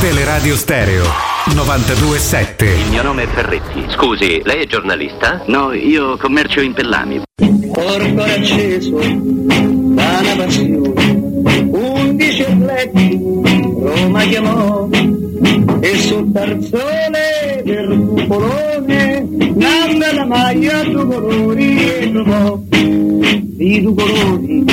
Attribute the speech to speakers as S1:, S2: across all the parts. S1: Teleradio Stereo 927.
S2: Il mio nome è Ferretti. Scusi, lei è giornalista?
S3: No, io commercio in pellami.
S4: Porco acceso, da una passione, undici atleti, Roma chiamò, e sul tarzone del cupolone, nanna la maglia due colori e trovò, di due colori,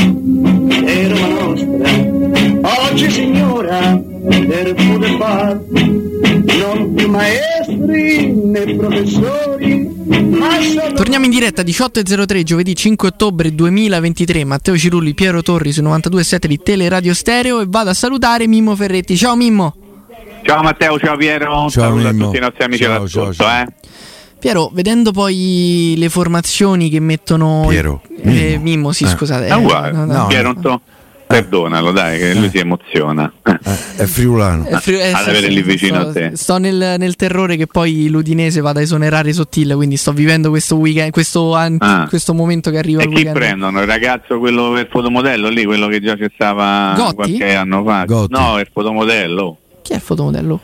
S4: è Roma nostra, oggi signora, del pure far, non più maestri né professori, ma solo...
S5: Torniamo in diretta 18.03 giovedì 5 ottobre 2023 Matteo Cirulli, Piero Torri su 92.7 di Teleradio Stereo e vado a salutare Mimmo Ferretti. Ciao Mimmo!
S6: Ciao Matteo, ciao Piero, un
S7: Ciao,
S6: saluto
S7: Mimmo.
S6: a tutti i nostri amici
S7: Ciao,
S6: all'ascolto.
S7: ciao, ciao.
S6: eh.
S5: Piero, vedendo poi le formazioni che mettono...
S7: Piero.
S5: Eh, Mimmo, sì,
S7: Eh.
S5: scusate.
S6: Ah,
S5: eh,
S6: uguale.
S5: no, no,
S7: No, Eh.
S6: Piero, non so- perdonalo dai, che lui si emoziona.
S7: È friulano.
S5: Eh, Fri- eh,
S6: ad
S5: sì,
S6: avere
S5: sì,
S6: lì vicino
S5: sto,
S6: a te.
S5: Sto nel, nel terrore che poi l'Udinese vada a esonerare Sottile, quindi sto vivendo questo weekend, questo, an-
S6: Ah.
S5: questo momento che arriva
S6: E
S5: il
S6: chi
S5: weekend.
S6: prendono? Il ragazzo, quello per fotomodello lì, quello che già c'è stava
S5: Gotti?
S6: qualche anno fa.
S7: Gotti.
S6: No, il fotomodello.
S5: Chi è il fotomodello?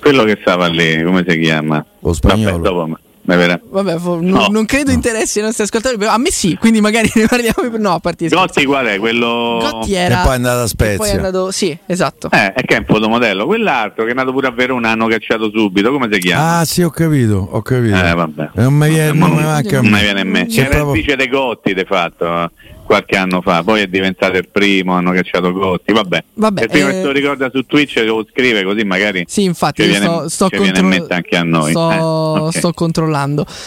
S6: Quello che stava lì, come si chiama?
S7: Lo spagnolo.
S6: Vabbè, dopo, ma- ma verrà.
S5: Vabbè, fo- n-
S6: No.
S5: non credo interessi ai nostri ascoltatori, però a me sì, quindi magari ne parliamo. per- No, a partire
S6: Gotti qual è? Quello...
S5: Gotti
S7: E
S5: era.
S7: poi è andata a
S5: che poi è
S7: Spezia.
S5: andato- Sì, esatto.
S6: Eh, e che è un fotomodello. Quell'altro che è nato pure a Verona, hanno cacciato subito, come si chiama?
S7: Ah, sì, ho capito, ho capito.
S6: Eh, vabbè.
S7: Non mi viene, non mi
S6: Non
S7: manca.
S6: Non mi viene in mente.
S7: Sì,
S6: Era
S7: proprio-
S6: il vice dei Gotti, di fatto, eh, qualche anno fa. Poi è diventato il primo, hanno cacciato Gotti. Vabbè.
S5: Vabbè,
S6: il primo
S5: eh,
S6: che se lo ricorda su Twitch lo scrive così magari.
S5: Sì, infatti,
S6: ci
S5: io
S6: viene-
S5: sto, sto
S6: ci viene in
S5: contro-
S6: mente anche a noi.
S5: Sto,
S6: Eh, ok.
S5: sto controllando.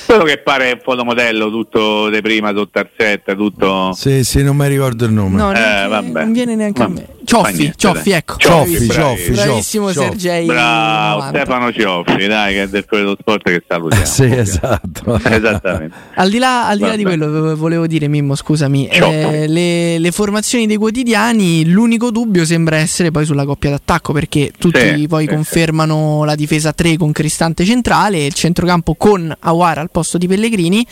S6: Quello che pare è un fotomodello tutto di prima, tutto arsetta, tutto.
S7: Sì, sì, non mi ricordo il nome.
S5: No, neanche-
S6: vabbè.
S5: non viene neanche a
S6: Vabbè,
S5: me. Cioffi,
S6: fa niente,
S5: Cioffi,
S6: dai.
S5: ecco.
S7: Cioffi,
S6: bravi.
S7: Cioffi,
S5: Bravissimo
S7: Cioffi, Cioffi.
S5: Sergei.
S6: Bravo,
S5: 90.
S6: Stefano Cioffi, dai, che è del Corriere dello Sport che salutiamo.
S7: Sì, esatto.
S6: É, Esattamente.
S5: Al di là, al di, là di
S6: Vabbè.
S5: quello, eh, volevo dire, Mimmo, scusami,
S6: Ciao.
S5: eh, le, le formazioni dei quotidiani, l'unico dubbio sembra essere poi sulla coppia d'attacco, perché tutti
S6: Sì,
S5: poi
S6: sì,
S5: confermano la difesa 3 con Cristante centrale, il centrocampo con Awara al posto di Pellegrini,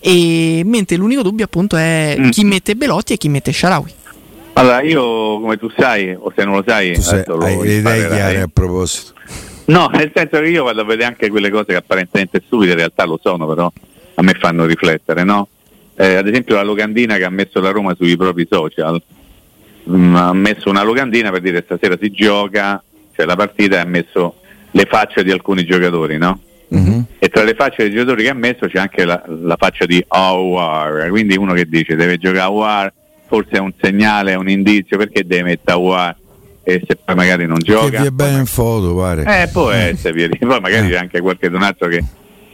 S5: e mentre l'unico dubbio appunto è
S6: Mm.
S5: chi mette Belotti e chi mette Sharawi.
S6: Allora, io, come tu sai, o se non lo sai,
S7: Tu sei-
S6: adesso lo
S7: hai le idee
S6: imparerai.
S7: chiare a proposito.
S6: No, nel senso che io vado a vedere anche quelle cose che apparentemente stupide, in realtà lo sono, però a me fanno riflettere, no? Eh, ad esempio la locandina che ha messo la Roma sui propri social, mm, ha messo una locandina per dire stasera si gioca, c'è la partita e ha messo le facce di alcuni giocatori, no?
S7: Mhm.
S6: E tra le facce dei giocatori che ha messo c'è anche la, la faccia di Awar, quindi uno che dice deve giocare Awar, forse è un segnale, è un indizio, perché deve mettere Awar e se poi magari non
S7: Che
S6: gioca.
S7: vi è bene in foto, pare.
S6: Eh, può essere, Pieri. poi
S7: Eh.
S6: magari c'è anche qualche donato che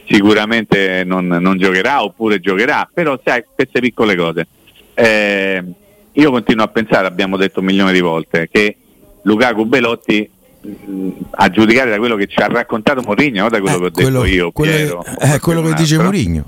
S6: sicuramente non, non giocherà oppure giocherà, però sai, queste piccole cose. Eh, io continuo a pensare, abbiamo detto un milione di volte, che Lukaku Belotti, mh, a giudicare da quello che ci ha raccontato Mourinho, no? da quello
S7: Eh,
S6: che ho
S7: quello-
S6: detto io,
S7: quello, eh,
S6: Piero, o qualcun
S7: quello che
S6: altro,
S7: dice Mourinho.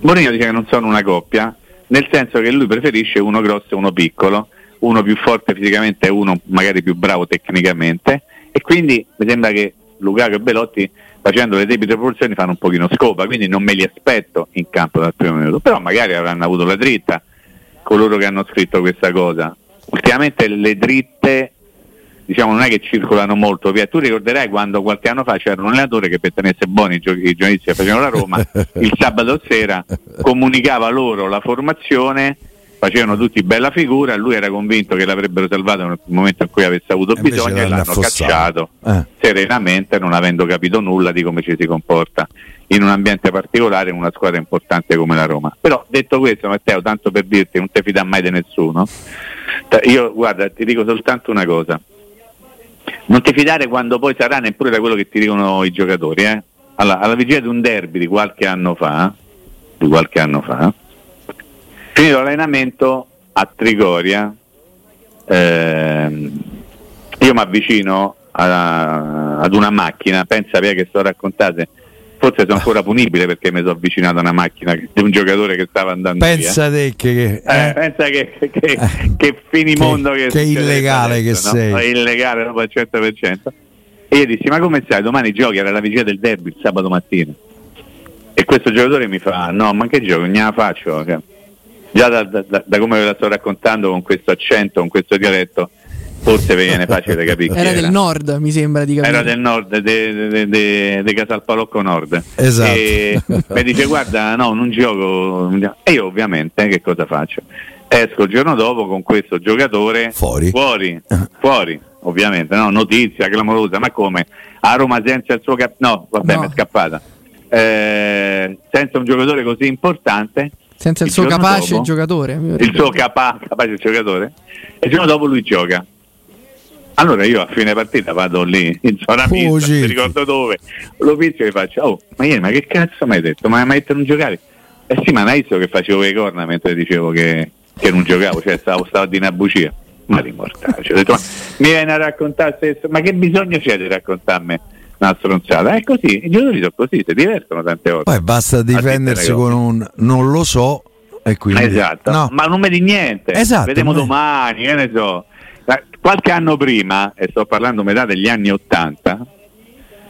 S6: Mourinho dice che non sono una coppia, nel senso che lui preferisce uno grosso e uno piccolo, uno più forte fisicamente e uno magari più bravo tecnicamente, E quindi mi sembra che Lucaco e Belotti facendo le debite proporzioni fanno un pochino scopa, quindi non me li aspetto in campo dal primo minuto, però magari avranno avuto la dritta coloro che hanno scritto questa cosa. Ultimamente le dritte diciamo non è che circolano molto via. Tu ricorderai quando qualche anno fa c'era un allenatore che per tenersi buoni i, gio- i giornalisti che facevano la Roma, il sabato sera comunicava loro la formazione, facevano tutti bella figura, lui era convinto che l'avrebbero salvato nel momento in cui avesse avuto
S7: invece
S6: bisogno e
S7: l'hanno
S6: l'hanno
S7: affossato.
S6: cacciato
S7: Eh.
S6: serenamente non avendo capito nulla di come ci si comporta in un ambiente particolare, in una squadra importante come la Roma. Però detto questo Matteo, tanto per dirti, non te fida mai di nessuno, t- io guarda ti dico soltanto una cosa, non ti fidare quando poi sarà neppure da quello che ti dicono i giocatori. eh. Allora, alla vigilia di un derby di qualche anno fa, di qualche anno fa, finito l'allenamento a Trigoria, ehm, io mi avvicino a- ad una macchina, pensa via che sto raccontate, forse sono ancora punibile perché mi sono avvicinato a una macchina di un giocatore che stava andando
S7: Pensa
S6: via.
S7: te che...
S6: Eh, pensa che, che, che, che finimondo che,
S7: che
S6: succede
S7: illegale che
S6: adesso,
S7: sei.
S6: no? È illegale proprio al 100%. E io dissi, ma come sai, domani giochi, era la vigilia del derby, il sabato mattina. E questo giocatore mi fa, no, ma che gioco, non gliela faccio. Cioè, Già da, da- da- da come ve la sto raccontando, con questo accento, con questo dialetto, forse vi viene facile capire. chi
S5: Era del nord, mi sembra di capire.
S6: era del nord, de, de, de- de Casalpalocco Nord.
S7: Esatto.
S6: E mi dice guarda, no, non gioco. E io ovviamente eh, che cosa faccio? Esco il giorno dopo con questo giocatore
S7: Fuori. Ah.
S6: fuori, fuori, ovviamente, no? notizia clamorosa, ma come? A Roma senza il suo cap... No, vabbè,
S5: No.
S6: mi è scappata. Eh, senza un giocatore così importante,
S5: Senza il,
S6: il
S5: suo
S6: giorno
S5: capace
S6: dopo-
S5: giocatore. Eh,
S6: il suo capa- capace giocatore e il giorno dopo lui gioca allora io a fine partita vado lì in zona mista, non
S7: Fugi.
S6: mi ricordo dove lo pizzo e gli faccio oh ma ieri ma che cazzo mi hai detto ma mi hai detto non giocare eh sì ma non hai visto che facevo le corna mentre dicevo che, che non giocavo cioè stavo, stavo di una bugia ma rimortaccio ho detto, ma mi viene a raccontare se- ma che bisogno c'è di raccontarmi una stronzata è così i giocatori sono così si divertono tante volte
S7: Poi basta difendersi
S6: ragazzi.
S7: con un non lo so e quindi...
S6: Esatto,
S7: No.
S6: ma non mi di niente.
S7: Esatto,
S6: Vedremo
S7: ma-
S6: domani, che ne so. Ma Qualche anno prima, e sto parlando metà degli anni Ottanta,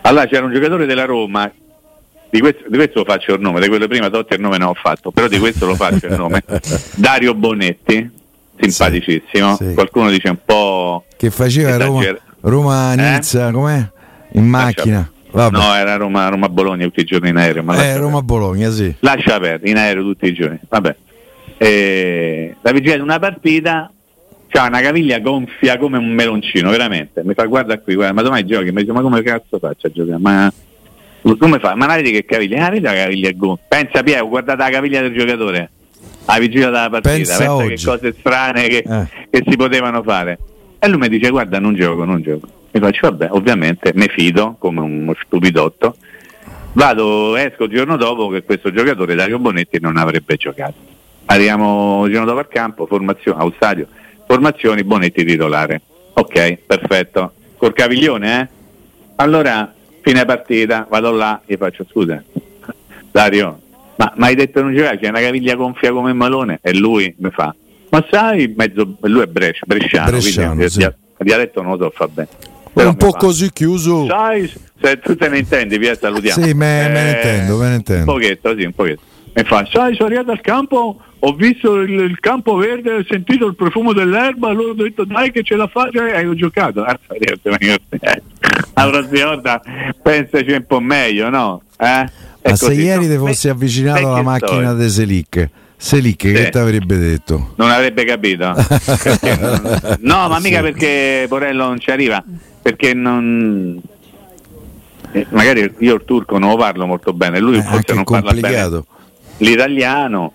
S6: allora c'era un giocatore della Roma, di questo, di questo lo faccio il nome, di quello prima Totti il nome non ho fatto, però di questo lo faccio il nome, Dario Bonetti, simpaticissimo,
S7: sì.
S6: qualcuno dice un po'...
S7: Che faceva Roma,
S6: Esager-
S7: Roma
S6: Eh?
S7: Nizza, com'è? In macchina. Vabbè.
S6: No, era Roma, Roma Bologna tutti i giorni in aereo. Ma
S7: eh,
S6: lascia
S7: Roma Bologna, sì.
S6: lascia aperto in aereo tutti i giorni. Vabbè. Eh, la vigilia di una partita c'ha una caviglia gonfia come un meloncino, veramente. Mi fa guarda qui, guarda, ma domani giochi, mi dice, ma come cazzo faccio a giocare? Ma come fa? Ma la vedi che caviglia? Ah, vedi la caviglia è gonfia. Pensa Piero, guardate la caviglia del giocatore. La vigilia della partita,
S7: Pensa
S6: pensa,
S7: oggi.
S6: che cose strane che,
S7: Eh.
S6: che si potevano fare. E lui mi dice guarda non gioco, non gioco. Mi faccio vabbè, ovviamente me fido come uno stupidotto. Vado, esco il giorno dopo che questo giocatore Dario Bonetti non avrebbe giocato. Arriviamo il giorno dopo al campo, formazione, allo stadio, formazioni, Bonetti titolare. Ok, perfetto. Col caviglione, eh? Allora, fine partita, vado là e faccio scusa. Dario, ma, ma hai detto non giocare, c'è una caviglia gonfia come un malone? E lui mi fa, ma sai, mezzo, lui è brescia, bresciano,
S7: Bresciano,
S6: quindi il
S7: sì.
S6: dia- il dialetto non lo so fa bene. Però
S7: un
S6: mi
S7: po'
S6: fa,
S7: così chiuso.
S6: Sai, se tu te ne intendi, via salutiamo.
S7: Sì, me, me ne
S6: Eh,
S7: intendo, me ne
S6: Un
S7: intendo.
S6: pochetto, sì, un pochetto. E fa, sai, sono arrivato al campo, ho visto il, il campo verde, ho sentito il profumo dell'erba, allora ho detto dai che ce la faccio e ho giocato. Alza, Dio, ma io- eh, La prossima volta pensaci un po' meglio, no? Eh? È
S7: Ma se
S6: così,
S7: ieri
S6: no?
S7: ti fossi
S6: Eh, eh,
S7: avvicinato alla
S6: che
S7: macchina
S6: storia.
S7: di Selic, Selic che
S6: Sì.
S7: ti avrebbe detto?
S6: Non avrebbe capito. Perché non- no, ma mica perché Borello non ci arriva, perché non... eh, Magari io il turco non lo parlo molto bene, lui
S7: Eh,
S6: forse
S7: anche
S6: non parla bene
S7: complicato.
S6: l'italiano.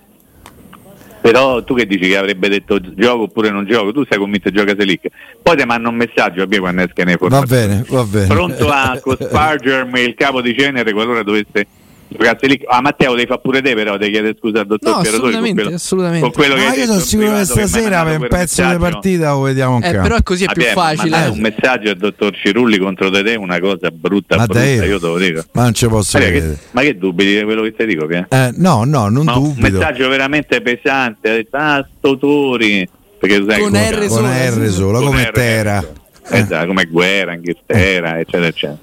S6: Però tu che dici che avrebbe detto gioco oppure non gioco? Tu sei convinto che gioca Selic. Poi ti mando un messaggio a me quando esca nei
S7: Va
S6: formazioni.
S7: bene, va bene.
S6: Pronto a cospargermi il capo di cenere qualora dovesse giocare Selic. Ah Matteo devi fa pure te però, ti chiede scusa al dottor
S5: No,
S6: Pieratoli con
S5: assolutamente,
S6: quello,
S5: assolutamente.
S6: Con quello
S7: Ma
S6: che hai
S7: io
S6: detto
S7: sono
S6: in
S7: sicuro che
S6: privato mi ha
S7: stasera
S6: mandato
S7: per un
S6: quel
S7: pezzo di
S6: messaggio.
S7: partita lo vediamo in
S5: Eh,
S7: campo.
S5: però così è più
S6: Abbiamo
S5: facile.
S6: mandato un messaggio al dottor Cirulli contro te, te, una cosa brutta,
S7: eh. Ma
S6: brutta,
S7: dai,
S6: Certo, io te lo dico.
S7: Ma non ci posso
S6: Ma
S7: credere.
S6: che, ma che dubbi di quello che ti dico, Pia?
S7: Eh, no, no, non
S6: Ma un
S7: dubito.
S6: messaggio veramente pesante, ha detto ah sto Tori", perché sai
S5: Con
S6: come-
S5: R
S7: Con
S5: solo,
S7: R
S5: sì.
S7: solo,
S6: Con
S7: come
S6: R,
S7: Terra.
S6: certo. eh, già, come guerra, Inghilterra, eccetera, eccetera.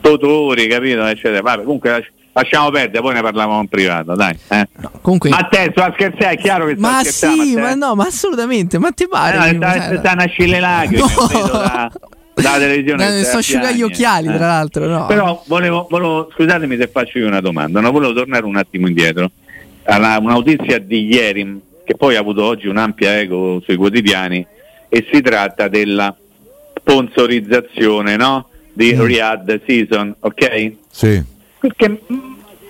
S6: Totori, capito, eccetera. Vabbè, comunque lasci- lasciamo perdere, poi ne parliamo in privato, dai. Eh.
S5: Comunque,
S6: Matteo, sto a scherzare, è chiaro che sto
S5: ma
S6: a scherzare.
S5: sì,
S6: Matteo.
S5: ma no, ma assolutamente, ma ti pare? Cioè,
S6: Eh,
S5: Primo,
S6: no, sta,
S5: sai,
S6: sta nascendo le lacrime,
S5: No.
S6: vedo da, dalla televisione.
S5: dai,
S6: che
S5: sto
S6: stai a
S5: asciugando gli
S6: piagnere,
S5: occhiali,
S6: eh.
S5: tra l'altro, no.
S6: Però volevo, volevo- scusatemi se faccio io una domanda, no? volevo tornare un attimo indietro alla una notizia di ieri che poi ha avuto oggi un'ampia eco sui quotidiani e si tratta della sponsorizzazione no? di Riyadh Season, ok?
S7: Sì.
S6: Perché mh,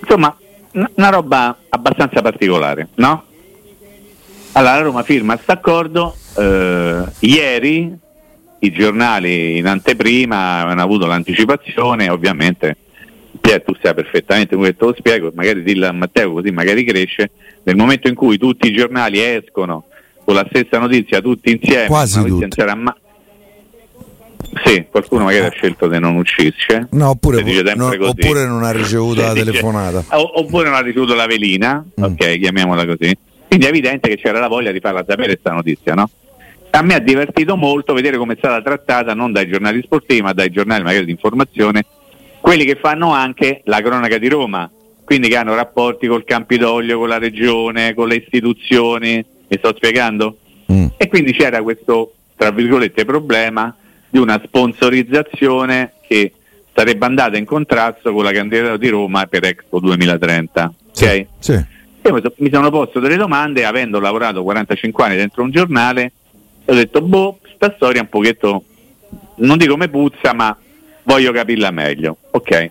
S6: insomma n- una roba abbastanza particolare, no? Allora la Roma firma questo accordo, eh, ieri i giornali in anteprima hanno avuto l'anticipazione, ovviamente Pier, tu sai perfettamente come te lo spiego, magari dillo a Matteo così magari cresce, nel momento in cui tutti i giornali escono con la stessa notizia tutti insieme,
S7: Quasi
S6: una notizia non c'era ma- sì, qualcuno magari ha scelto di non uscirci. eh.
S7: No, oppure,
S6: Si dice sempre
S7: no,
S6: così.
S7: oppure non ha ricevuto
S6: Si
S7: la
S6: dice-
S7: telefonata.
S6: o- oppure non ha ricevuto la velina, ok, chiamiamola così. Quindi è evidente che c'era la voglia di farla sapere questa notizia, no? A me ha divertito molto vedere come è stata trattata non dai giornali sportivi, ma dai giornali magari di informazione, quelli che fanno anche la cronaca di Roma, quindi che hanno rapporti col Campidoglio, con la regione, con le istituzioni, mi sto spiegando? E quindi c'era questo, tra virgolette, problema di una sponsorizzazione che sarebbe andata in contrasto con la candidatura di Roma per Expo 2030. ok?
S7: Sì.
S6: Io mi so- mi sono posto delle domande, avendo lavorato 45 anni dentro un giornale, e ho detto, boh, sta storia un pochetto, non dico me puzza, ma voglio capirla meglio. Ok.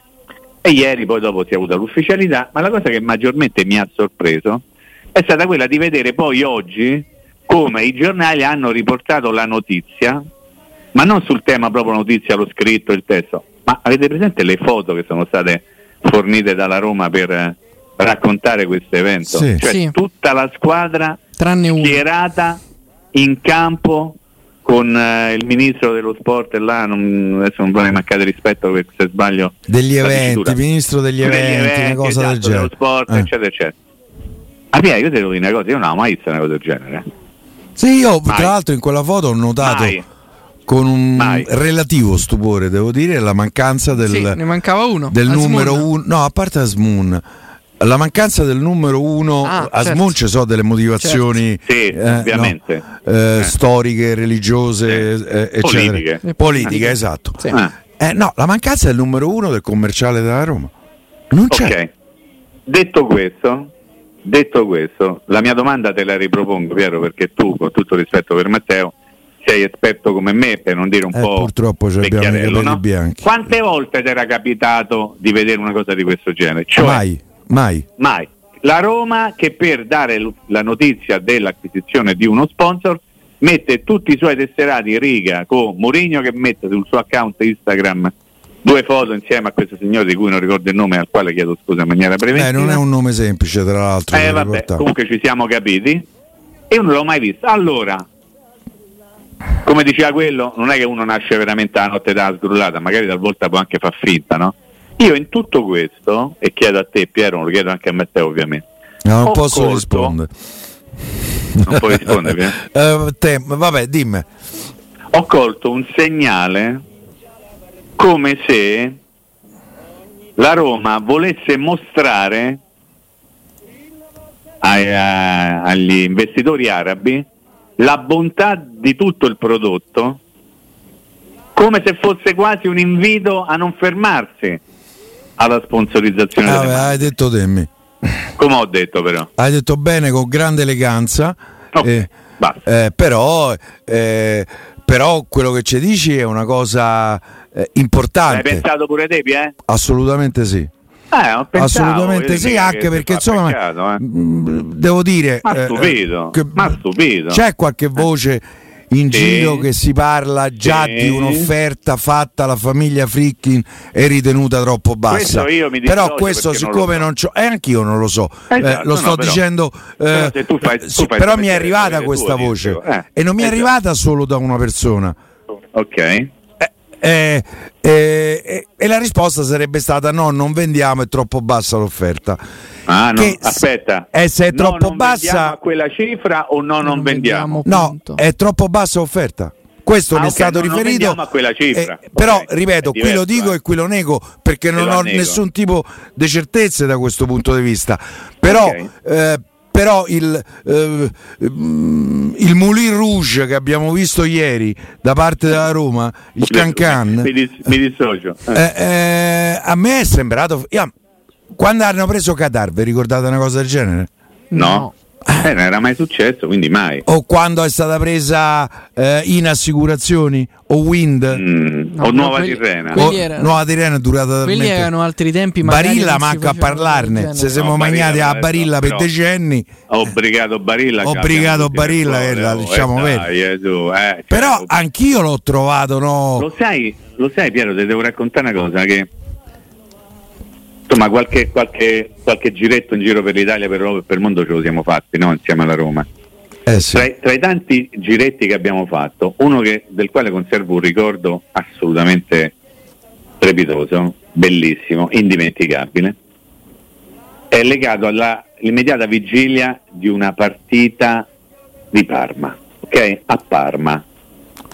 S6: E ieri poi dopo si è avuta l'ufficialità, ma la cosa che maggiormente mi ha sorpreso è stata quella di vedere poi oggi come i giornali hanno riportato la notizia, ma non sul tema proprio notizia, lo scritto, il testo, ma avete presente le foto che sono state fornite dalla Roma per eh, raccontare questo evento?
S5: Sì.
S6: Cioè
S5: Sì.
S6: tutta la squadra
S5: Tranne uno.
S6: schierata in campo con eh, il ministro dello sport e là, non, adesso non vorrei mancare di rispetto perché se sbaglio
S7: Degli
S6: la
S7: eventi,
S6: dicitura.
S7: ministro degli
S6: Degli
S7: eventi, una cosa
S6: esatto,
S7: del genere.
S6: dello sport,
S7: Eh.
S6: eccetera, eccetera. Ah, Pia, io te devo dire una cosa, io non ho mai visto una cosa del genere.
S7: Sì, io
S6: Mai.
S7: tra l'altro in quella foto ho notato
S6: Mai.
S7: con un
S6: Mai.
S7: relativo stupore, devo dire, la mancanza del,
S5: Sì, ne mancava uno.
S7: del
S5: Asmund.
S7: numero uno. No, a parte Asmoon. La mancanza del numero uno,
S5: Ah,
S7: Asmoon
S5: certo.
S7: ci sono delle motivazioni
S6: Sì,
S7: eh, no,
S6: ovviamente.
S7: eh, storiche, religiose, eh, eccetera.
S6: Politiche.
S7: Politiche, esatto.
S5: Sì.
S6: Ah,
S7: Eh, no, la mancanza del numero uno del commerciale della Roma. Non c'è.
S6: ok. Detto questo, detto questo, la mia domanda te la ripropongo, Piero, perché tu, con tutto rispetto per Matteo, sei esperto come me, per non dire un
S7: Eh,
S6: po'.
S7: purtroppo ci abbiamo i
S6: vecchiarello,
S7: capelli
S6: no?
S7: bianchi.
S6: Quante volte ti era capitato di vedere una cosa di questo genere? Cioè,
S7: Mai, mai.
S6: mai. La Roma che per dare l- la notizia dell'acquisizione di uno sponsor mette tutti i suoi tesserati in riga con Mourinho che mette sul suo account Instagram due foto insieme a questo signore di cui non ricordo il nome al quale chiedo scusa in maniera preventiva.
S7: Eh, non è un nome semplice, tra l'altro.
S6: Eh,
S7: da
S6: vabbè,
S7: ricordare.
S6: comunque ci siamo capiti. E io non l'ho mai visto. Allora, come diceva quello, non è che uno nasce veramente la notte da sgrullata, magari talvolta può anche far finta, no? Io in tutto questo, e chiedo a te Piero, lo chiedo anche a Matteo ovviamente,
S7: No, Eh, non
S6: Ho
S7: posso
S6: colto-
S7: rispondere.
S6: non puoi rispondere Piero?
S7: Eh, te- vabbè, dimmi.
S6: Eh, ho colto un segnale come se la Roma volesse mostrare ai- a- agli investitori arabi la bontà di tutto il prodotto come se fosse quasi un invito a non fermarsi alla sponsorizzazione
S7: Ah,
S6: delle
S7: beh,
S6: marche.
S7: hai detto dimmi.
S6: come ho detto però
S7: Hai detto bene con grande eleganza.
S6: Oh,
S7: eh,
S6: basta.
S7: eh, però, eh, però quello che ci dici è una cosa eh,
S6: hai
S7: importante.
S6: pensato pure te eh?
S7: Assolutamente sì.
S6: eh ho pensato, voglio
S7: Assolutamente sì,
S6: dire che
S7: anche
S6: fa
S7: perché insomma,
S6: peccato, eh.
S7: mh, Mm, devo dire,
S6: Ma
S7: eh,
S6: stupito,
S7: che-
S6: ma stupito.
S7: c'è qualche voce in
S6: Eh. Sì.
S7: giro che si parla già
S6: Sì.
S7: di un'offerta fatta alla famiglia Frickin e ritenuta troppo bassa.
S6: Questo io mi
S7: però
S6: dissocio
S7: questo
S6: perché non
S7: siccome
S6: lo so.
S7: non c'ho, e anch'io non lo so, eh,
S6: Esatto,
S7: lo
S6: no,
S7: sto
S6: però-
S7: dicendo,
S6: però
S7: eh,
S6: se tu fai- tu
S7: sì,
S6: fai
S7: però
S6: sapere
S7: mi è
S6: le
S7: arrivata
S6: cose
S7: questa
S6: tue,
S7: voce
S6: dicevo, eh,
S7: e non mi è
S6: esatto.
S7: arrivata solo da una persona.
S6: ok
S7: Eh, eh, eh, e la risposta sarebbe stata no, non vendiamo, è troppo bassa l'offerta.
S6: Ah, no,
S7: Che s-
S6: aspetta.
S7: eh, se è
S6: No,
S7: troppo
S6: non vendiamo
S7: bassa- Eh,
S6: a quella cifra o no, non,
S5: Non vendiamo.
S6: vendiamo?
S7: No,
S5: Punto.
S7: è troppo bassa l'offerta. Questo
S6: Ah,
S7: mi è
S6: ok,
S7: stato
S6: no, non
S7: riferito.
S6: vendiamo a quella cifra.
S7: eh, però,
S6: Ok,
S7: ripeto,
S6: è
S7: qui lo
S6: diverso,
S7: dico
S6: eh.
S7: e qui lo nego perché
S6: Te
S7: non
S6: lo
S7: ho
S6: nego.
S7: nessun tipo di certezze da questo punto di vista. Però,
S6: Ok.
S7: eh, però il, eh, mm, il Moulin Rouge che abbiamo visto ieri da parte della Roma, il Cancan,
S6: Mi, dis- mi dissocio. Eh.
S7: eh, eh, a me è sembrato. io- quando hanno preso Qatar, vi ricordate una cosa del genere?
S6: No. Eh, non era mai successo, quindi mai.
S7: O quando è stata presa eh, in assicurazioni o Wind?
S6: o
S5: no, Nuova quelli- Tirrena. quelli
S7: O-
S5: erano-
S7: Nuova Tirrena è durata
S5: Quelli
S7: talmente-
S5: erano altri tempi. magari
S7: Barilla
S5: non si
S7: manca a
S5: faceva del
S7: parlarne.
S5: genere.
S7: Se siamo
S6: No, Barilla
S7: magnati a
S6: adesso,
S7: Barilla per
S6: però- eh,
S7: decenni,
S6: Ho brigato Barilla.
S7: Ho
S6: che
S7: brigato
S6: abbiamo tutti nel
S7: Barilla,
S6: cuore,
S7: eh, la
S6: oh,
S7: diciamo
S6: eh,
S7: vera.
S6: dai, eh, tu, eh, cioè,
S7: però anch'io l'ho trovato, no?
S6: Lo sai, lo sai Piero, ti devo raccontare una cosa che insomma qualche, qualche- qualche giretto in giro per l'Italia, per l'Europa e per il mondo ce lo siamo fatti, no? Insieme alla Roma.
S7: Eh sì.
S6: Tra, i- tra i tanti giretti che abbiamo fatto, uno che- del quale conservo un ricordo assolutamente strepitoso, bellissimo, indimenticabile, è legato alla- all'immediata vigilia di una partita di Parma, ok? A Parma.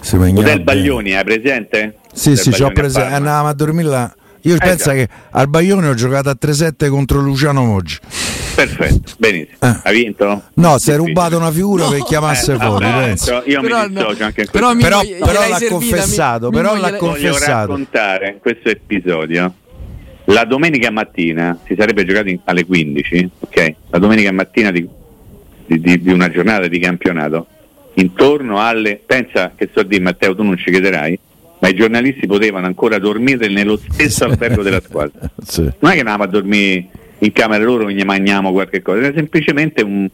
S7: Si mangiava
S6: Hotel
S7: bene.
S6: Baglioni, hai presente?
S7: Sì,
S6: Hotel
S7: sì, ci ho eh,
S6: Baglioni a
S7: preso.
S6: Parma. Eh,
S7: Andavamo a dormire là. Io penso
S6: già.
S7: che al Baglione ho giocato a 3-7 contro Luciano Moggi.
S6: Perfetto, benissimo.
S7: Eh.
S6: Hai vinto?
S7: No, si è
S6: Difficile.
S7: rubato una figura per chiamasse
S6: Eh,
S7: fuori.
S6: vabbè,
S7: penso.
S6: però Io
S5: Però
S6: mi dissocio
S5: no,
S6: anche in questo.
S5: però mi-
S7: Però-
S5: gliel'hai
S7: però l'ha
S5: servita, mi-
S7: confessato,
S5: mi-
S7: però
S5: mi
S7: l'ha
S5: gliel'hai-
S7: confessato.
S6: voglio raccontare questo episodio. La domenica mattina si sarebbe giocato in- alle 15, ok? La domenica mattina di, di- di- di una giornata di campionato, intorno alle. Pensa che so di Matteo, tu non ci crederai, ma i giornalisti potevano ancora dormire nello stesso albergo della squadra.
S7: Sì.
S6: Non è che andavamo a dormire in camera loro e ne mangiamo qualche cosa, era semplicemente un-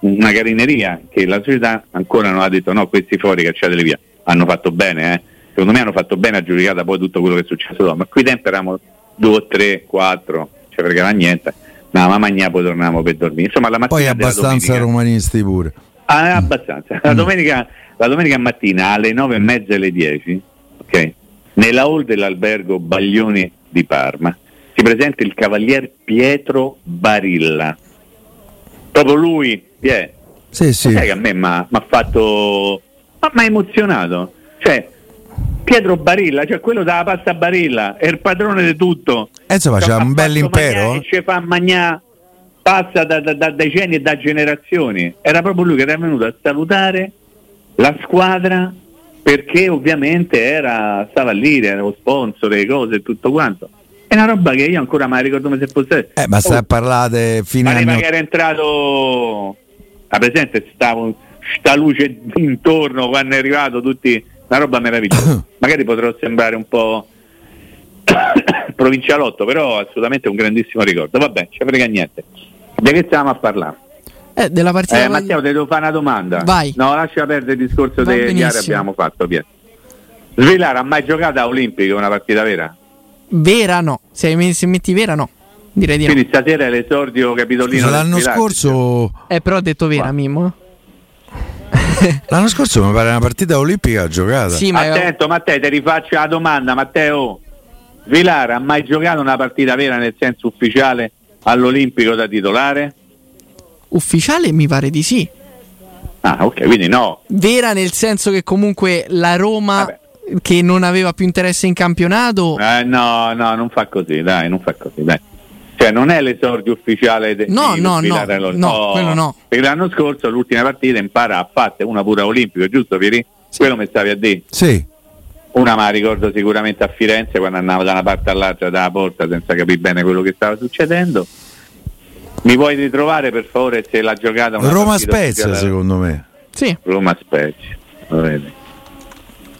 S6: una carineria che la società ancora non ha detto no, questi fuori cacciateli via. Hanno fatto bene, eh. secondo me hanno fatto bene a giudicare poi tutto quello che è successo dopo, ma qui tempo eravamo due, tre, quattro, cioè fregava niente. No, ma magniamo tornavamo per dormire. Insomma, la mattina
S7: Poi
S6: della
S7: abbastanza
S6: domenica-
S7: romanisti pure.
S6: Ah, abbastanza. La domenica, la domenica mattina alle nove e mezza alle 10, ok, nella hall dell'albergo Baglioni di Parma, si presenta il cavalier Pietro Barilla. Proprio lui, Pier,
S7: Sì,
S6: lo
S7: sì.
S6: sai che a me mi ha fatto. mi ha emozionato. Cioè, Pietro Barilla, cioè quello della pasta Barilla, è il padrone di tutto.
S7: Eh, insomma,
S6: Cioè,
S7: c'è
S6: ha
S7: un
S6: fatto
S7: bel impero.
S6: magnà
S7: eh.
S6: E ci fa magnà passa da, da- da decenni e da generazioni. Era proprio lui che era venuto a salutare la squadra perché ovviamente era, stava lì, era lo sponsor, le cose e tutto quanto. È una roba che io ancora mi ricordo come se fosse...
S7: Eh, ma stai
S6: Oh,
S7: a parlare fine
S6: Pareva
S7: anni
S6: che era entrato a presente stavo sta luce intorno quando è arrivato tutti una roba meravigliosa. Magari potrò sembrare un po' provincialotto, però assolutamente un grandissimo ricordo. Vabbè, ci frega niente. Di che stiamo a parlare?
S5: Eh, della partita.
S6: Eh, Matteo, ti devo fare una domanda.
S5: Vai.
S6: No, lascia perdere il discorso
S5: Va
S6: dei gare che
S5: benissimo.
S6: abbiamo fatto, Pier. Svilara ha mai giocato a Olimpico una partita vera?
S5: Vera no. Se, hai- se metti vera no. Direi di no.
S6: Quindi stasera è l'esordio capitolino.
S7: Scusa,
S6: del
S7: l'anno
S6: Svilara.
S7: scorso
S5: Eh, però ho detto vera, Mimmo. eh.
S7: l'anno scorso mi pare una partita olimpica giocata
S5: Sì, ma
S6: Attento Matteo, ti rifaccio la domanda, Matteo. Vilara ha mai giocato una partita vera nel senso ufficiale all'Olimpico da titolare?
S5: ufficiale mi pare di sì.
S6: Ah, ok, quindi no.
S5: Vera nel senso che comunque la Roma
S6: Vabbè.
S5: che non aveva più interesse in campionato.
S6: Eh, no, no, non fa così, dai, non fa così, dai. Cioè, non è l'esordio ufficiale de-
S5: No,
S6: di
S5: no,
S6: Vilara
S5: no,
S6: all'Olimpico.
S5: no, quello no.
S6: Perché l'anno scorso l'ultima partita impara a fatte una pura Olimpico, giusto Pieri? Quello mi stavi a dire.
S7: Sì.
S6: Una me la ricordo sicuramente a Firenze quando andavo da una parte all'altra dalla porta senza capire bene quello che stava succedendo. Mi vuoi ritrovare per favore se l'ha giocata una
S7: Roma
S6: partita
S7: Spezia
S6: ufficiale?
S7: secondo me
S5: Sì.
S6: Roma Spezia. va bene.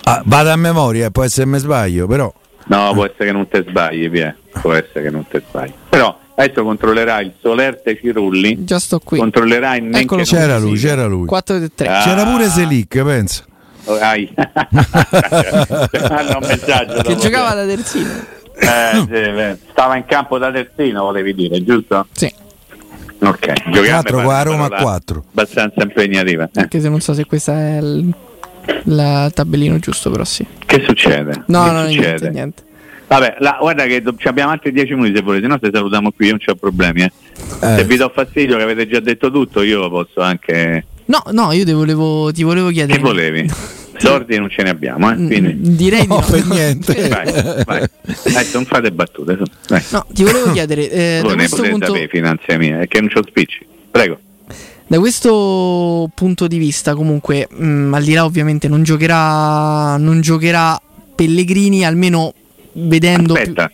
S7: Ah, vado a memoria può essere me sbaglio però Eh.
S6: No, può essere che non te sbagli, Pie. Può essere che non te sbagli. Però adesso controllerà il Solerte Cirulli.
S5: Già sto qui.
S6: Controllerà il men
S5: Eccolo
S6: che non
S7: c'era
S6: si-
S7: lui c'era lui
S5: 4 e 3.
S6: Ah.
S7: c'era pure Selic penso
S6: Oh, ai. Manda un messaggio dopo.
S5: Che giocava da terzino.
S6: Eh, sì, beh, stava in campo da terzino, volevi dire, giusto?
S5: Sì.
S6: Ok,
S7: Quattro,
S6: giochiamo
S7: qua a Roma a quattro.
S6: Abbastanza impegnativa. Eh,
S5: Anche se non so se questa è il la tabellino giusto, però sì.
S6: Che succede?
S5: No,
S6: Che
S5: no, niente,
S6: succede?
S5: niente.
S6: Vabbè, la- guarda che do- ci abbiamo altri dieci minuti se volete, se no se salutiamo qui, io non ho problemi. eh.
S7: Eh.
S6: Se vi do fastidio che avete già detto tutto, io posso anche...
S5: No, no, io ti volevo, ti volevo
S6: Che
S5: chiedere.
S6: volevi? Sordi non ce ne abbiamo, eh?
S5: Mm.
S6: Quindi...
S5: Direi
S7: No,
S5: di no.
S7: per niente.
S6: Vai, vai. Dai, non fate battute. su, Dai.
S5: No, ti volevo chiedere, eh, da,
S6: Voi ne
S5: questo
S6: potete
S5: punto,
S6: sapere finanze mie, è che non c'ho spicci. Prego.
S5: da questo punto di vista, comunque, mh, al di là ovviamente non giocherà, non giocherà Pellegrini, almeno vedendo... più-
S6: Aspetta.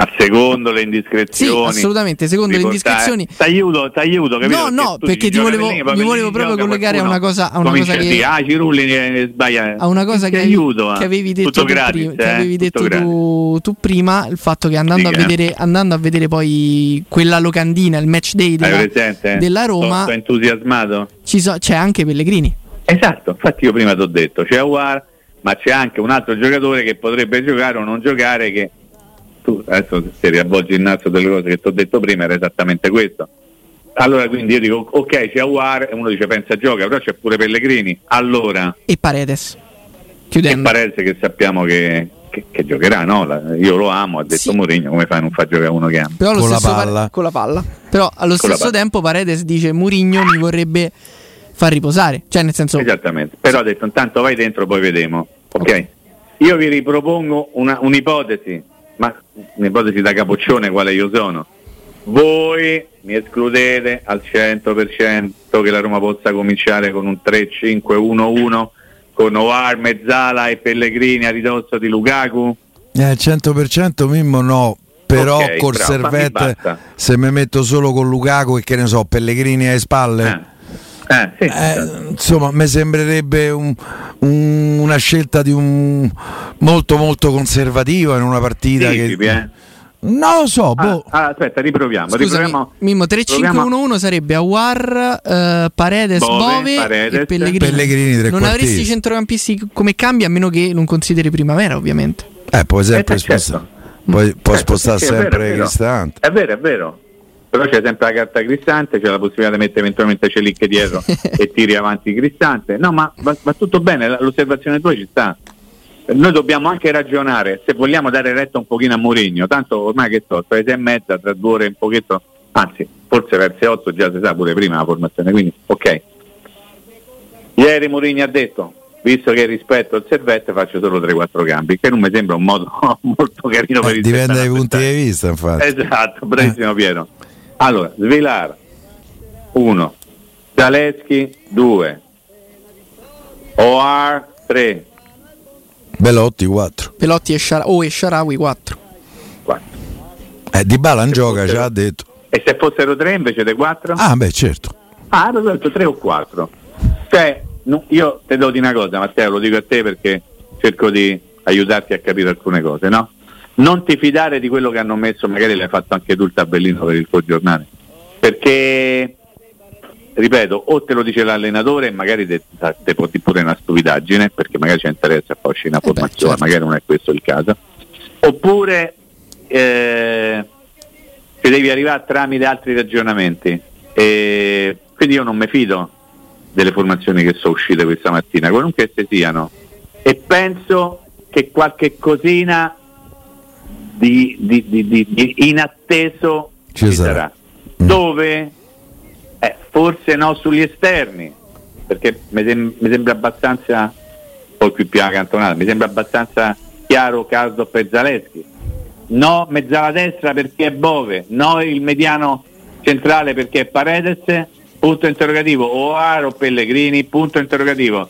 S6: A secondo le
S5: Sì,
S6: indiscrezioni.
S5: assolutamente, secondo le
S6: riportare-
S5: indiscrezioni...
S6: T'aiuto, t'aiuto, capito?
S5: No, no,
S6: tu
S5: perché ti
S6: dici, gioca
S5: volevo,
S6: Pellegrini, poi
S5: mi
S6: Pellegrini
S5: volevo proprio
S6: gioca
S5: collegare a una
S6: qualcuno.
S5: cosa, a una
S6: Comincia
S5: cosa
S6: a dire,
S5: che...
S6: ah, Cirulli eh, sglia.
S5: a Ah, una cosa
S6: Ti
S5: che,
S6: aiuto, eh.
S5: che avevi detto,
S6: Tutto
S5: tu,
S6: gratis,
S5: pri- che
S6: eh,
S5: avevi
S6: tutto
S5: detto
S6: gratis. eh.
S5: tu, tu prima, il fatto che andando,
S6: Dica.
S5: a vedere, andando a vedere poi quella locandina, il match day della,
S6: Hai presente? eh?
S5: della Roma,
S6: Sto, sto entusiasmato.
S5: ci so- c'è anche Pellegrini.
S6: Esatto, infatti io prima ti ho detto, c'è Aguar, ma c'è anche un altro giocatore che potrebbe giocare o non giocare che tu adesso se riavvolgi il naso delle cose che ti ho detto prima era esattamente questo. Allora quindi io dico ok c'è Aguar e uno dice pensa gioca, però c'è pure Pellegrini, allora
S5: e Paredes.
S6: e
S5: Chiudendo.
S6: Paredes che sappiamo che, che- che giocherà, no? La- io lo amo, ha detto
S5: Sì.
S6: Mourinho, come fai a non far giocare uno che ama?
S5: Però allo
S7: Con la
S5: stesso Pare-
S7: palla.
S5: con la palla. Però allo
S6: Con la
S5: stesso
S6: palla.
S5: tempo Paredes dice Murigno mi vorrebbe far riposare. Cioè nel senso...
S6: Esattamente, però ha detto intanto vai dentro poi vedremo. Ok? Io vi ripropongo una- un'ipotesi, ma un'ipotesi da capoccione quale io sono. Voi mi escludete al 100% che la Roma possa cominciare con un 3-5-1-1 con Oar, Mezzala e Pellegrini a ridosso di Lukaku?
S7: Eh, al 100% Mimmo no. Però
S6: Ok,
S7: col
S6: bravo, fammi
S7: servette,
S6: basta.
S7: se mi metto solo con Lukaku e che ne so, Pellegrini alle spalle,
S6: Eh, eh, sì,
S7: eh, insomma, mi sembrerebbe un- un- una scelta di un molto molto conservativa in una partita
S6: Anticipi,
S7: che
S6: eh.
S7: non lo so,
S6: Ah,
S7: boh.
S6: ah, aspetta, riproviamo.
S5: Scusami,
S6: riproviamo
S5: Mimmo
S6: proviamo-
S5: 3-5-1-1 sarebbe Awar, eh, Paredes,
S6: Bove,
S5: Bove,
S6: Paredes.
S5: e Pellegrini.
S7: Pellegrini, tre
S5: non
S7: quartisti.
S5: avresti centrocampisti come cambi a meno che non consideri primavera, ovviamente.
S7: Eh, puoi sempre
S6: Eh, certo.
S7: spostare, puoi, puoi
S6: Certo,
S7: spostare
S6: sì, sì, è vero,
S7: sempre
S6: è
S7: il
S6: vero.
S7: istante.
S6: È vero, è vero. Però c'è sempre la carta cristante, c'è la possibilità di mettere eventualmente Celic dietro e tiri avanti cristante. No, ma va, va tutto bene, la- l'osservazione tua ci sta. Noi dobbiamo anche ragionare, se vogliamo dare retta un pochino a Mourinho, tanto ormai che so, tra le sei e mezza, tra due ore e un pochetto, anzi, forse verso le otto già si sa pure prima la formazione, quindi ok. Ieri Mourinho ha detto, visto che rispetto il servette faccio solo 3-4 cambi, che non mi sembra un modo molto carino per
S7: Eh,
S6: il
S7: dipende dai punti Eh. di vista, infatti.
S6: Esatto, bravissimo Piero. Allora, Svilar 1, Zaleschi 2, OR 3,
S7: Belotti 4.
S5: Pelotti e Shara- oh, e Sharawi 4.
S6: 4.
S7: Eh, di Bala non gioca, ci ha detto.
S6: E se fossero 3 invece di 4?
S7: Ah, beh, certo.
S6: Ah, hanno detto 3 o 4. Cioè, no, io te devo dire una cosa, Matteo, lo dico a te perché cerco di aiutarti a capire alcune cose, no? Non ti fidare di quello che hanno messo, magari l'hai fatto anche tu il tabellino per il tuo giornale. Perché, ripeto, o te lo dice l'allenatore e magari te, te può dire pure una stupidaggine, perché magari c'è interesse a farci una
S5: beh,
S6: formazione,
S5: certo.
S6: magari non è questo il caso. Oppure eh, ci devi arrivare tramite altri ragionamenti. E quindi io non mi fido delle formazioni che sono uscite questa mattina, qualunque esse siano. E penso che qualche cosina di, di- di- di- di inatteso
S7: Ci
S6: ci,
S7: sarà.
S6: sarà. Mm. Dove? Eh, forse no sugli esterni, perché mi, sem- mi sembra abbastanza, poi qui più alla cantonata, mi sembra abbastanza chiaro Cardo per Zaleschi. No mezzala destra perché è Bove, no il mediano centrale perché è Paredes, punto interrogativo, o Aro Pellegrini, punto interrogativo.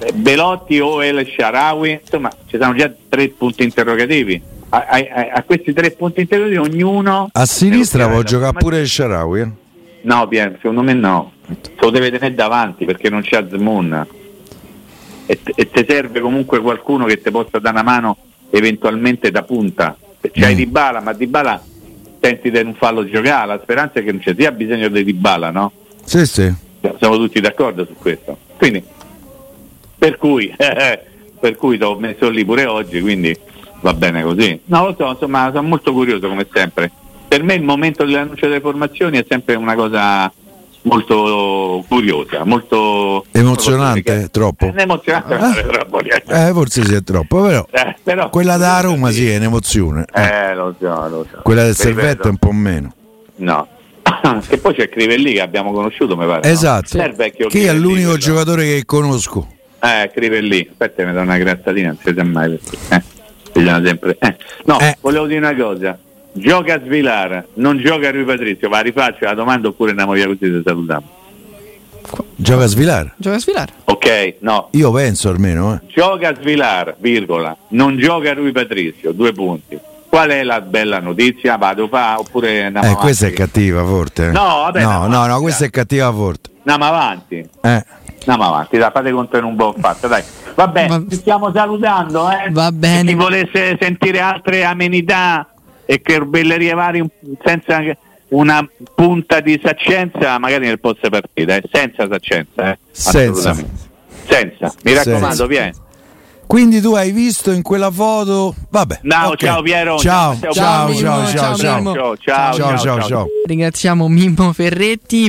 S6: Eh, Belotti o El Sharawi, insomma ci sono già tre punti interrogativi. A, a- a- a questi tre punti interrogativi ognuno...
S7: A sinistra
S6: Devo
S7: può
S6: tirare Eh, la
S7: giocare
S6: formazione.
S7: pure il Sharawi. eh.
S6: No, Pier, secondo me no. Se lo deve tenere davanti perché non c'è Zmoon. E t- e te serve comunque qualcuno che ti possa dare una mano eventualmente da punta. Se C'hai Di Bala, ma Di Bala senti di non farlo giocare. La speranza è che non ci sia bisogno di Di Bala, no?
S7: Sì, sì.
S6: Cioè, Siamo tutti d'accordo su questo. Quindi, per cui, per cui l'ho messo lì pure oggi, quindi va bene così. No, lo so, insomma, sono molto curioso come sempre. Per me il momento dell'annuncio delle formazioni è sempre una cosa molto curiosa, molto
S7: Emozionante? Troppo?
S6: Eh, emozionante,
S7: Ah.
S6: troppo, eh.
S7: Eh, forse sì, è troppo, però.
S6: Eh, però-
S7: Quella da Roma sì è un'emozione. eh.
S6: Eh, lo so, lo so.
S7: Quella del
S6: Ripeto,
S7: Servetto è un po' meno.
S6: No. che poi c'è Crivelli che abbiamo conosciuto, mi pare. no?
S7: Esatto.
S6: Serve vecchio
S7: Che è
S6: Crivelli,
S7: l'unico
S6: quello.
S7: giocatore che conosco.
S6: Eh, Crivelli, aspetta mi dà una grazzatina, non si sa mai perché. Eh, vogliamo sempre. eh. No, volevo dire una cosa. Gioca Svilara, non gioca Rui Patrizio, ma rifaccio la domanda oppure andiamo via così se salutiamo.
S7: Gioca a svilare.
S5: Gioca a sfilare.
S6: Ok, no.
S7: Io penso almeno, eh.
S6: Gioca Svilar, virgola, non gioca Rui Patrizio, due punti. Qual è la bella notizia? Vado fa oppure andiamo
S7: Eh,
S6: avanti?
S7: questa è cattiva forte. eh.
S6: No, vabbè,
S7: no,
S6: no,
S7: no, no, questa è cattiva forte.
S6: Andiamo avanti.
S7: Eh.
S6: Andiamo avanti, dai, fate conto in un buon fatto, dai. Vabbè, ci stiamo salutando, eh.
S5: Va
S6: Se
S5: bene.
S6: chi volesse sentire altre amenità e corbellerie varie un- senza una punta di saccenza, magari nel post partita, eh. senza saccenza, eh.
S7: Senza.
S6: Assolutamente. Senza. Mi raccomando,
S7: Senza.
S6: vieni.
S7: Quindi tu hai visto in quella foto. Vabbè.
S6: No,
S7: ok.
S6: ciao Piero.
S7: Ciao, ciao,
S6: Matteo
S7: ciao,
S6: Pirro.
S7: ciao, ciao,
S6: Ciao, ciao, ciao.
S7: ciao, ciao.
S5: Ringraziamo Mimmo Ferretti.